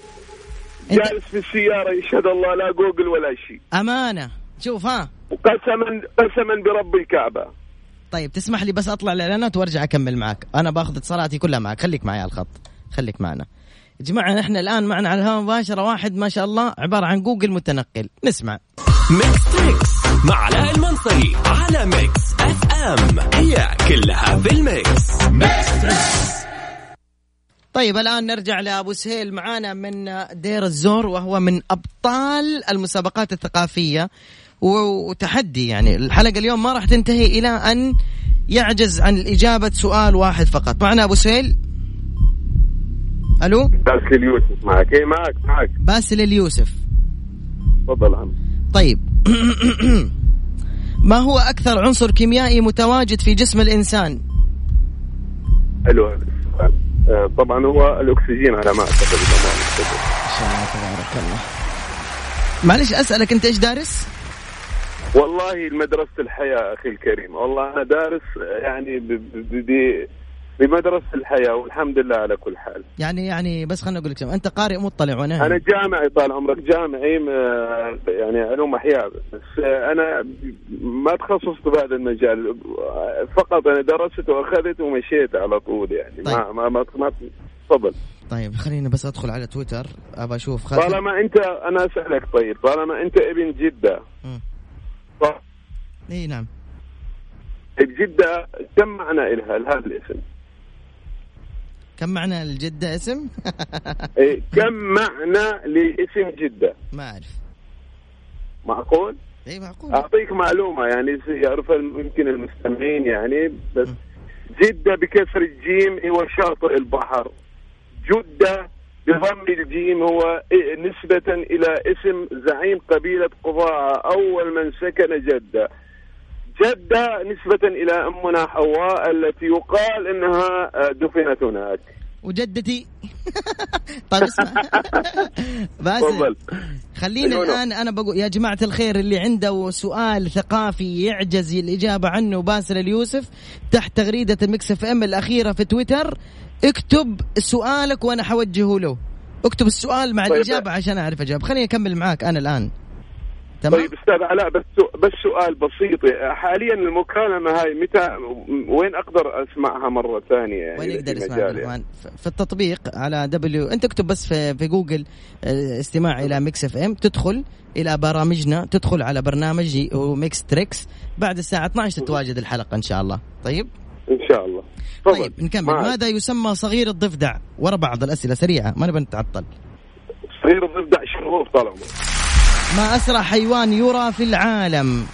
Speaker 5: جالس في السياره يشهد الله لا جوجل ولا شيء
Speaker 1: امانه شوف ها
Speaker 5: وقسما قسما برب الكعبه
Speaker 1: طيب تسمح لي بس اطلع الاعلانات وارجع اكمل معك انا باخذ اتصالاتي كلها معك خليك معي على الخط خليك معنا يا جماعه نحن الان معنا على الهواء مباشره واحد ما شاء الله عباره عن جوجل متنقل نسمع
Speaker 6: ميكس تريكس مع علاء المنصري على ميكس اف ام هي كلها في الميكس
Speaker 1: طيب الان نرجع لابو سهيل معانا من دير الزور وهو من ابطال المسابقات الثقافيه و- وتحدي يعني الحلقه اليوم ما راح تنتهي الى ان يعجز عن اجابه سؤال واحد فقط معنا ابو سهيل الو
Speaker 5: باسل اليوسف معك اي معك معك
Speaker 1: باسل اليوسف
Speaker 5: تفضل عم
Speaker 1: طيب ما هو اكثر عنصر كيميائي متواجد في جسم الانسان
Speaker 5: الو هذا السؤال. آه، طبعا هو الاكسجين على ما اعتقد إذا ما أعتقد.
Speaker 1: ما شاء الله تبارك الله معلش اسالك انت ايش دارس
Speaker 5: والله مدرسه الحياه اخي الكريم والله انا دارس آه، يعني ب- ب- ب- ب- بمدرسه الحياه والحمد لله على كل حال
Speaker 1: يعني يعني بس خلنا اقول لك شيء. انت قارئ مطلع وانا
Speaker 5: انا جامعي طال عمرك جامعي م- يعني علوم احياء بس انا ما تخصصت بهذا المجال فقط انا درست واخذت ومشيت على طول يعني ما ما ما, ما تفضل
Speaker 1: طيب خليني بس ادخل على تويتر ابى اشوف خل...
Speaker 5: طالما انت انا اسالك طيب طالما انت ابن جده
Speaker 1: مم.
Speaker 5: طيب
Speaker 1: اي نعم
Speaker 5: جده كم معنى الها لهذا الاسم؟
Speaker 1: كم معنى الجدة اسم؟
Speaker 5: إيه، كم معنى لاسم جده؟
Speaker 1: ما اعرف
Speaker 5: معقول؟
Speaker 1: اي معقول
Speaker 5: اعطيك معلومه يعني يعرفها يمكن المستمعين يعني بس جده بكسر الجيم هو شاطئ البحر جده بضم الجيم هو نسبة إلى اسم زعيم قبيلة قضاء أول من سكن جدة جدة نسبة إلى أمنا حواء التي يقال أنها دفنت هناك
Speaker 1: وجدتي طيب اسمع باسل
Speaker 5: تفضل.
Speaker 1: خلينا
Speaker 5: أيوة.
Speaker 1: الان انا بقول يا جماعه الخير اللي عنده سؤال ثقافي يعجز الاجابه عنه باسل اليوسف تحت تغريده المكس اف ام الاخيره في تويتر اكتب سؤالك وانا حوجهه له اكتب السؤال مع
Speaker 5: طيب.
Speaker 1: الاجابه عشان اعرف اجاوب خليني اكمل معاك انا الان تمام
Speaker 5: طيب استاذ علاء بس بس سؤال بسيط حاليا المكالمه هاي متى وين اقدر اسمعها مره ثانيه يعني
Speaker 1: وين
Speaker 5: إذا
Speaker 1: يقدر
Speaker 5: في
Speaker 1: يسمع
Speaker 5: مجال
Speaker 1: عبد
Speaker 5: يعني.
Speaker 1: الرحمن؟ ف- في التطبيق على دبليو انت اكتب بس في, في جوجل آه، استماع الى ميكس اف ام تدخل الى برامجنا تدخل على برنامج ميكس تريكس بعد الساعه 12 تتواجد الحلقه ان شاء الله طيب
Speaker 5: ان يعني. شاء الله تفضل.
Speaker 1: طيب نكمل
Speaker 5: معك.
Speaker 1: ماذا يسمى صغير الضفدع ورا بعض الاسئله سريعه ما نبي نتعطل
Speaker 5: صغير الضفدع شغوف طال عمرك
Speaker 1: ما اسرع حيوان يرى في العالم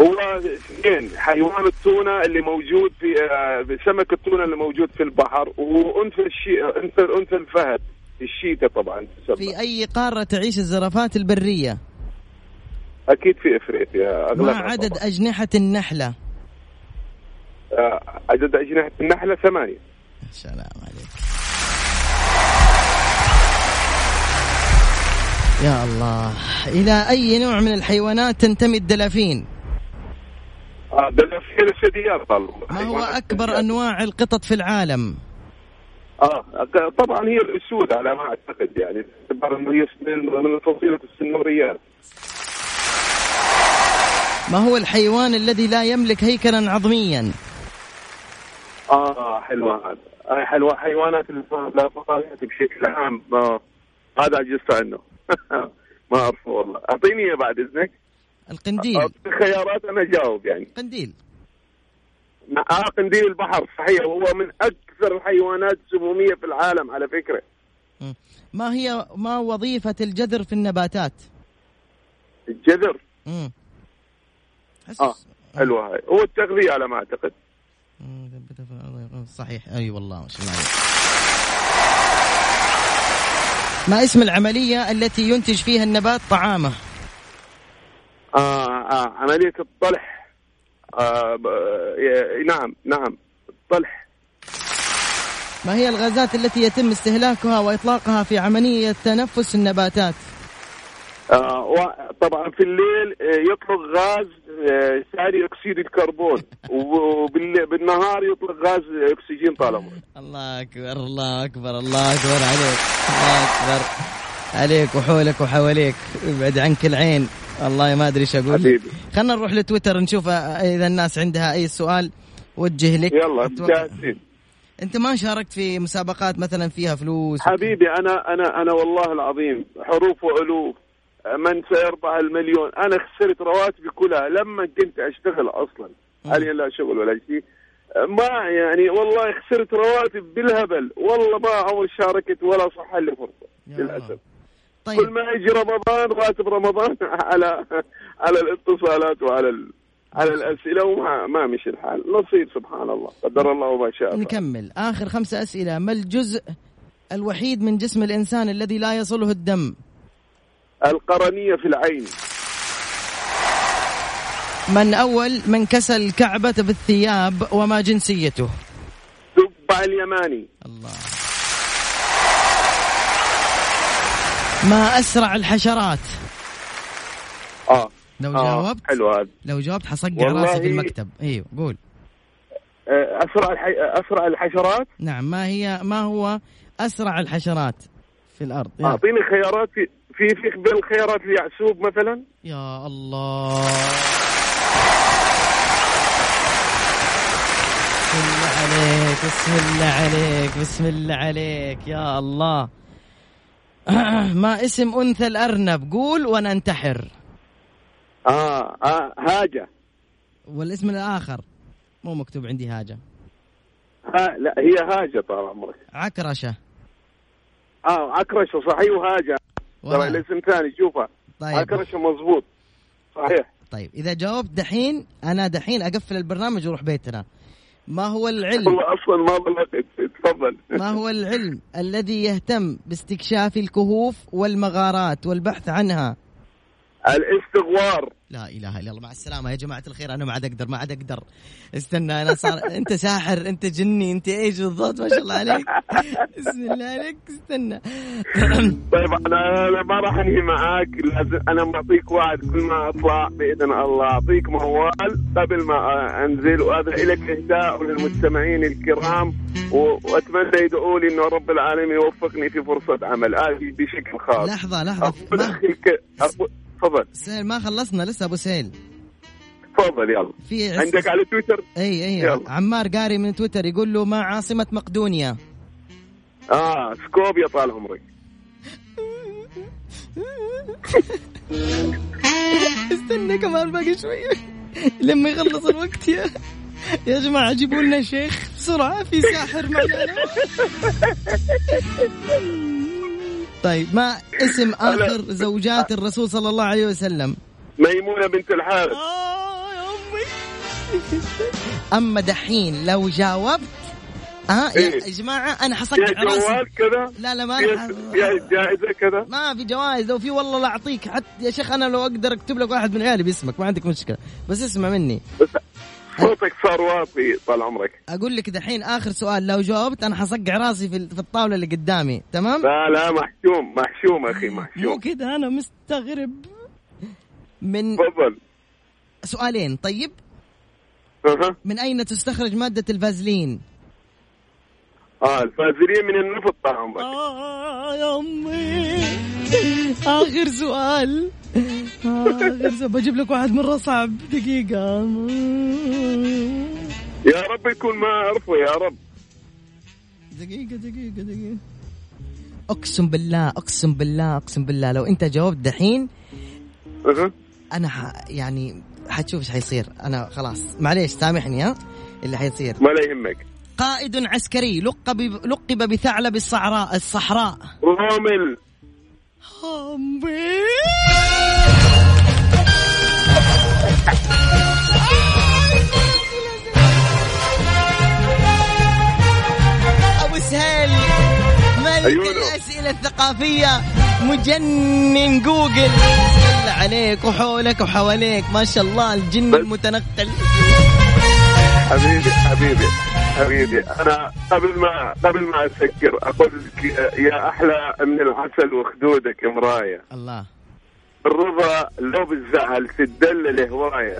Speaker 5: هو اثنين حيوان التونه اللي موجود في آه، سمك التونه اللي موجود في البحر وانثى الشي انثى انثى الفهد الشيتا طبعا تسمى.
Speaker 1: في اي قاره تعيش الزرافات البريه
Speaker 5: اكيد في افريقيا
Speaker 1: ما
Speaker 5: اغلبها
Speaker 1: عدد
Speaker 5: طبعاً.
Speaker 1: اجنحه النحله
Speaker 5: آه، عدد اجنحه النحله ثمانيه
Speaker 1: سلام عليك يا الله إلى أي نوع من الحيوانات تنتمي الدلافين؟
Speaker 5: آه، دلافين الثدييات طال عمرك.
Speaker 1: ما هو
Speaker 5: حيوانات
Speaker 1: أكبر
Speaker 5: الثدييات.
Speaker 1: أنواع القطط في العالم؟
Speaker 5: اه طبعا هي الاسود على ما اعتقد يعني باعتبار انه هي من من فصيله السنوريات
Speaker 1: ما هو الحيوان الذي لا يملك هيكلا عظميا؟
Speaker 5: اه حلوه هذا آه، حلوه حيوانات الإنسان لا فصائلات بشكل عام آه. هذا عجزت عنه ما اعرفه والله اعطيني اياه بعد اذنك
Speaker 1: القنديل
Speaker 5: اعطيني خيارات انا اجاوب يعني
Speaker 1: قنديل
Speaker 5: مع- اه قنديل البحر صحيح هو من اكثر الحيوانات السموميه في العالم على فكره
Speaker 1: ما هي ما وظيفة الجذر في النباتات؟
Speaker 5: الجذر
Speaker 1: مم. حس-
Speaker 5: اه حلوه هاي هو التغذيه على ما اعتقد
Speaker 1: مم، ثبتها في الأرض يقول- صحيح اي أيوة والله ما شاء الله عليك. ما اسم العملية التي ينتج فيها النبات طعامه؟
Speaker 5: آه آه عملية الطلح آه ب- آه، نعم نعم الطلح
Speaker 1: ما هي الغازات التي يتم استهلاكها وإطلاقها في عملية تنفس النباتات
Speaker 5: آه و- طبعا في الليل آه، يطلق غاز آه، ثاني اكسيد الكربون وبالنهار يطلق غاز اكسجين طالما
Speaker 1: الله أكبر الله أكبر الله أكبر عليك الله أكبر عليك وحولك وحواليك ابعد عنك العين والله ما أدري إيش أقول
Speaker 5: حبيبي.
Speaker 1: خلنا نروح لتويتر نشوف إذا الناس عندها أي سؤال وجه لك
Speaker 5: يلا
Speaker 1: أتوقع-
Speaker 5: جاهزين
Speaker 1: أنت ما شاركت في مسابقات مثلا فيها فلوس
Speaker 5: حبيبي انا انا انا والله العظيم حروف وعلوف من سيربح المليون انا خسرت رواتبي كلها لما كنت اشتغل اصلا حاليا لا شغل ولا شيء ما يعني والله خسرت رواتب بالهبل والله ما عمري شاركت ولا صح لي فرصه
Speaker 1: يا
Speaker 5: للاسف
Speaker 1: طيب
Speaker 5: كل ما يجي رمضان راتب رمضان على على الاتصالات وعلى ال... على الاسئله وما ما مشي الحال نصيب سبحان الله قدر الله وما شاء فعل.
Speaker 1: نكمل آخر خمسة أسئلة ما الجزء الوحيد من جسم الإنسان الذي لا يصله الدم
Speaker 5: القرنيه في العين
Speaker 1: من أول من كسى الكعبة بالثياب وما جنسيته
Speaker 5: تبع اليماني
Speaker 1: الله ما أسرع الحشرات
Speaker 5: اه
Speaker 1: لو
Speaker 5: آه،
Speaker 1: جاوبت
Speaker 5: حلو هذا
Speaker 1: لو جاوبت حصقع
Speaker 5: والله-
Speaker 1: راسي في المكتب ايوه قول
Speaker 5: آه، اسرع الحي... اسرع الحشرات
Speaker 1: نعم ما هي ما هو أسرع الحشرات في الأرض يلا.
Speaker 5: اعطيني خيارات في في في بين الخيارات ليعسوب مثلا
Speaker 1: يا الله بسم الله عليك بسم الله عليك بسم الله عليك يا الله ما اسم أنثى الأرنب قول وننتحر
Speaker 5: اه اه هاجه
Speaker 1: والاسم الآخر مو مكتوب عندي هاجة
Speaker 5: ها لا هي هاجه طال عمرك
Speaker 1: عكرشة
Speaker 5: اه عكرشه صحيح وهاجه ترى
Speaker 1: ولا-
Speaker 5: الاسم ثاني شوفها
Speaker 1: طيب
Speaker 5: عكرشه مضبوط صحيح
Speaker 1: طيب إذا جاوبت دحين أنا دحين أقفل البرنامج وأروح بيتنا ما هو العلم
Speaker 5: والله اصلا ما بلغت تفضل
Speaker 1: ما هو العلم الذي يهتم باستكشاف الكهوف والمغارات والبحث عنها
Speaker 5: الاستغوار
Speaker 1: لا اله الا الله مع السلامه يا جماعه الخير انا ما عاد اقدر ما عاد اقدر استنى انا صار انت ساحر انت جني انت ايش بالضبط ما شاء الله عليك بسم الله عليك استنى
Speaker 5: طيب انا أنا ما راح انهي معاك لازم انا معطيك وعد كل ما اطلع باذن الله اعطيك موال قبل ما أ- انزل وهذا لك اهداء وللمستمعين الكرام و- واتمنى يدعوا لي انه رب العالمين يوفقني في فرصه عمل هذه بشكل خاص
Speaker 1: لحظه لحظه
Speaker 5: اقول
Speaker 1: ما
Speaker 5: اخي الك- أقول- تفضل
Speaker 1: سهيل ما خلصنا لسه ابو سهيل
Speaker 5: تفضل يلا
Speaker 1: في عز-
Speaker 5: عندك على تويتر
Speaker 1: اي اي
Speaker 5: يلا.
Speaker 1: عمار قاري من تويتر يقول له ما عاصمه مقدونيا
Speaker 5: اه سكوب يا طال عمرك
Speaker 1: استنى كمان باقي شويه لما يخلص الوقت يا يا جماعه جيبوا لنا شيخ بسرعه في ساحر معنا طيب ما اسم اخر زوجات الرسول صلى الله عليه وسلم
Speaker 5: ميمونه بنت الحارث
Speaker 1: آه يا امي اما دحين لو جاوبت ها يا
Speaker 5: إيه.
Speaker 1: جماعه انا
Speaker 5: يا
Speaker 1: حصقع راسي
Speaker 5: جوال كذا
Speaker 1: لا لا ما
Speaker 5: يا يا جائزه كذا
Speaker 1: ما في جوائز لو في والله لا اعطيك حتى يا شيخ انا لو اقدر اكتب لك واحد من عيالي باسمك ما عندك مشكله بس اسمع مني
Speaker 5: بس صوتك صار واطي طال عمرك
Speaker 1: اقول لك دحين اخر سؤال لو جاوبت انا حصقع راسي في في الطاوله اللي قدامي تمام
Speaker 5: لا لا محشوم محشوم اخي
Speaker 1: مو
Speaker 5: محشوم
Speaker 1: كده انا مستغرب من
Speaker 5: تفضل
Speaker 1: سؤالين طيب
Speaker 5: اها
Speaker 1: من اين تستخرج ماده الفازلين
Speaker 5: اه الفازلين من النفط طال عمرك
Speaker 1: آه يا امي اخر سؤال اخر سؤال بجيب لك واحد مره صعب دقيقه
Speaker 5: يا رب يكون ما اعرفه يا رب
Speaker 1: دقيقة دقيقة دقيقة اقسم بالله اقسم بالله اقسم بالله لو انت جاوبت دحين
Speaker 5: اها
Speaker 1: انا ح... يعني حتشوف ايش حيصير انا خلاص معليش سامحني ها اللي حيصير
Speaker 5: ما لا يهمك
Speaker 1: قائد عسكري لقب لقب بثعلب الصحراء الصحراء
Speaker 5: رومل
Speaker 1: أمي. ابو سهيل ملك
Speaker 5: أيوة.
Speaker 1: الاسئله الثقافيه مجنن جوجل بسم الله عليك وحولك وحواليك ما شاء الله الجن
Speaker 5: بس.
Speaker 1: المتنقل
Speaker 5: حبيبي حبيبي حبيبي انا قبل ما قبل ما اسكر اقول لك يا احلى من العسل وخدودك مرايه
Speaker 1: الله
Speaker 5: الرضا لو بالزعل تدلل هوايه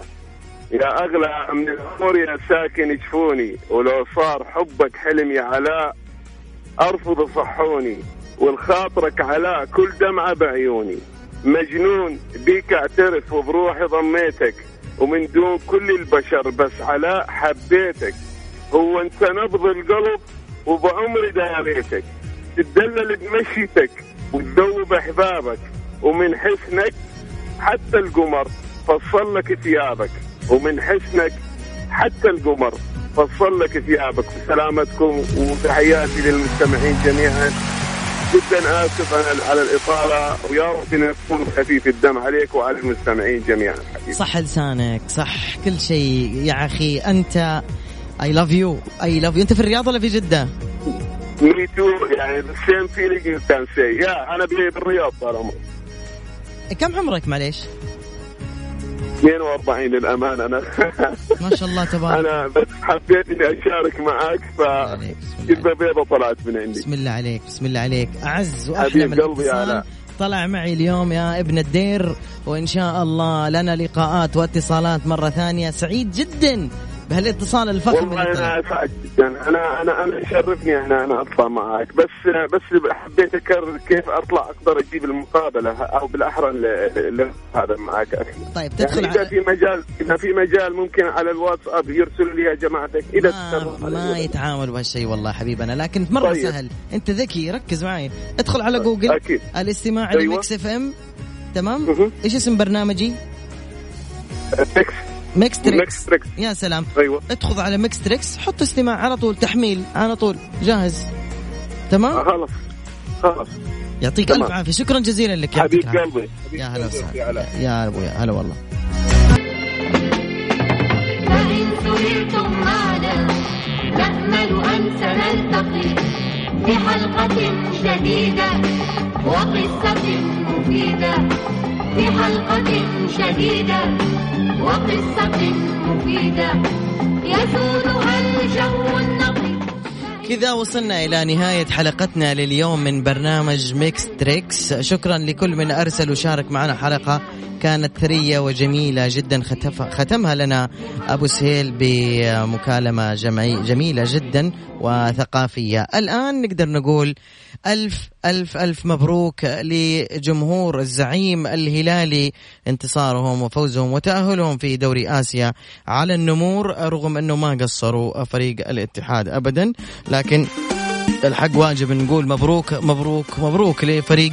Speaker 5: يا اغلى من الحور يا ساكن جفوني ولو صار حبك حلم يا علاء ارفض صحوني والخاطرك علاء كل دمعه بعيوني مجنون بيك اعترف وبروحي ضميتك ومن دون كل البشر بس علاء حبيتك هو انت نبض القلب وبعمري داريتك تدلل بمشيتك وتذوب احبابك ومن حسنك حتى القمر فصل لك ثيابك ومن حسنك حتى القمر فصل لك ثيابك سلامتكم وتحياتي للمستمعين جميعا جدا اسف انا على الاطاله ويا رب ان يكون خفيف الدم عليك وعلى المستمعين جميعا حبيبي.
Speaker 1: صح لسانك صح كل شيء يا اخي انت اي لاف يو اي لاف يو انت في الرياض ولا في جده؟
Speaker 5: مي تو يعني the same feeling you can say يا انا ب- بالرياض صار عمري
Speaker 1: كم عمرك معليش؟
Speaker 5: 42 للامانه انا
Speaker 1: ما شاء الله تبارك
Speaker 5: انا بس حبيت اني اشارك معاك ف
Speaker 1: عليك، بسم الله
Speaker 5: كذبه بيضه طلعت من عندي
Speaker 1: بسم الله عليك بسم الله عليك اعز واحلى
Speaker 5: حبيب
Speaker 1: من
Speaker 5: قلبي يا
Speaker 1: الاتصال
Speaker 5: علاء.
Speaker 1: طلع معي اليوم يا ابن الدير وان شاء الله لنا لقاءات واتصالات مره ثانيه سعيد جدا بهالاتصال الفخم
Speaker 5: والله
Speaker 1: اللي طلع.
Speaker 5: انا اسعد جدا انا انا انا يشرفني انا انا اطلع معك بس بس حبيت اكرر كيف اطلع اقدر اجيب المقابله او بالاحرى ل- ل- هذا معك اكيد
Speaker 1: طيب تدخل
Speaker 5: يعني اذا
Speaker 1: على
Speaker 5: في مجال اذا في مجال ممكن على الواتساب يرسلوا لي يا جماعتك اذا
Speaker 1: ما,
Speaker 5: تسمح
Speaker 1: آه، ما
Speaker 5: لي.
Speaker 1: يتعامل بهالشيء والله حبيبنا لكن مره
Speaker 5: طيب.
Speaker 1: سهل انت ذكي ركز معي ادخل على جوجل
Speaker 5: أكيد.
Speaker 1: الاستماع
Speaker 5: أيوة.
Speaker 1: لميكس اف ام تمام
Speaker 5: مهم.
Speaker 1: ايش اسم برنامجي
Speaker 5: تكس
Speaker 1: ميكس تريكس
Speaker 5: نكست أه، تريكس
Speaker 1: يا سلام
Speaker 5: ايوه
Speaker 1: ادخل على ميكس تريكس حط استماع على طول تحميل على طول جاهز تمام
Speaker 5: خلاص خلاص
Speaker 1: يعطيك
Speaker 5: آه، تمام.
Speaker 1: الف عافيه شكرا جزيلا لك يا
Speaker 5: حبيب
Speaker 1: عبد الكريم.
Speaker 5: قلبي حبيب
Speaker 1: يا هلا
Speaker 5: قلبي يا
Speaker 1: وسهلا
Speaker 5: علاء.
Speaker 1: يا ابويا هلا والله
Speaker 9: وإن سهرتم معنا نأمل أن سنلتقي في حلقة جديدة وقصة مفيدة في حلقة جديدة وقصة مفيدة يزولها الجو النقي
Speaker 1: كذا وصلنا إلى نهاية حلقتنا لليوم من برنامج ميكس تريكس شكرا لكل من أرسل وشارك معنا حلقة كانت ثرية وجميلة جدا ختف- ختمها لنا أبو سهيل بمكالمة جمعي جميلة جدا وثقافية الآن نقدر نقول ألف ألف ألف مبروك لجمهور الزعيم الهلالي انتصارهم وفوزهم وتأهلهم في دوري آسيا على النمور رغم أنه ما قصروا فريق الاتحاد أبدا لكن الحق واجب نقول مبروك مبروك مبروك لفريق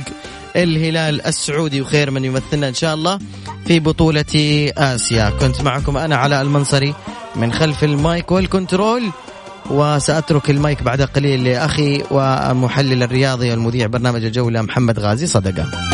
Speaker 1: الهلال السعودي وخير من يمثلنا ان شاء الله في بطولة اسيا، كنت معكم انا علاء المنصري من خلف المايك والكنترول وساترك المايك بعد قليل لاخي والمحلل الرياضي والمذيع برنامج الجولة محمد غازي صدقه.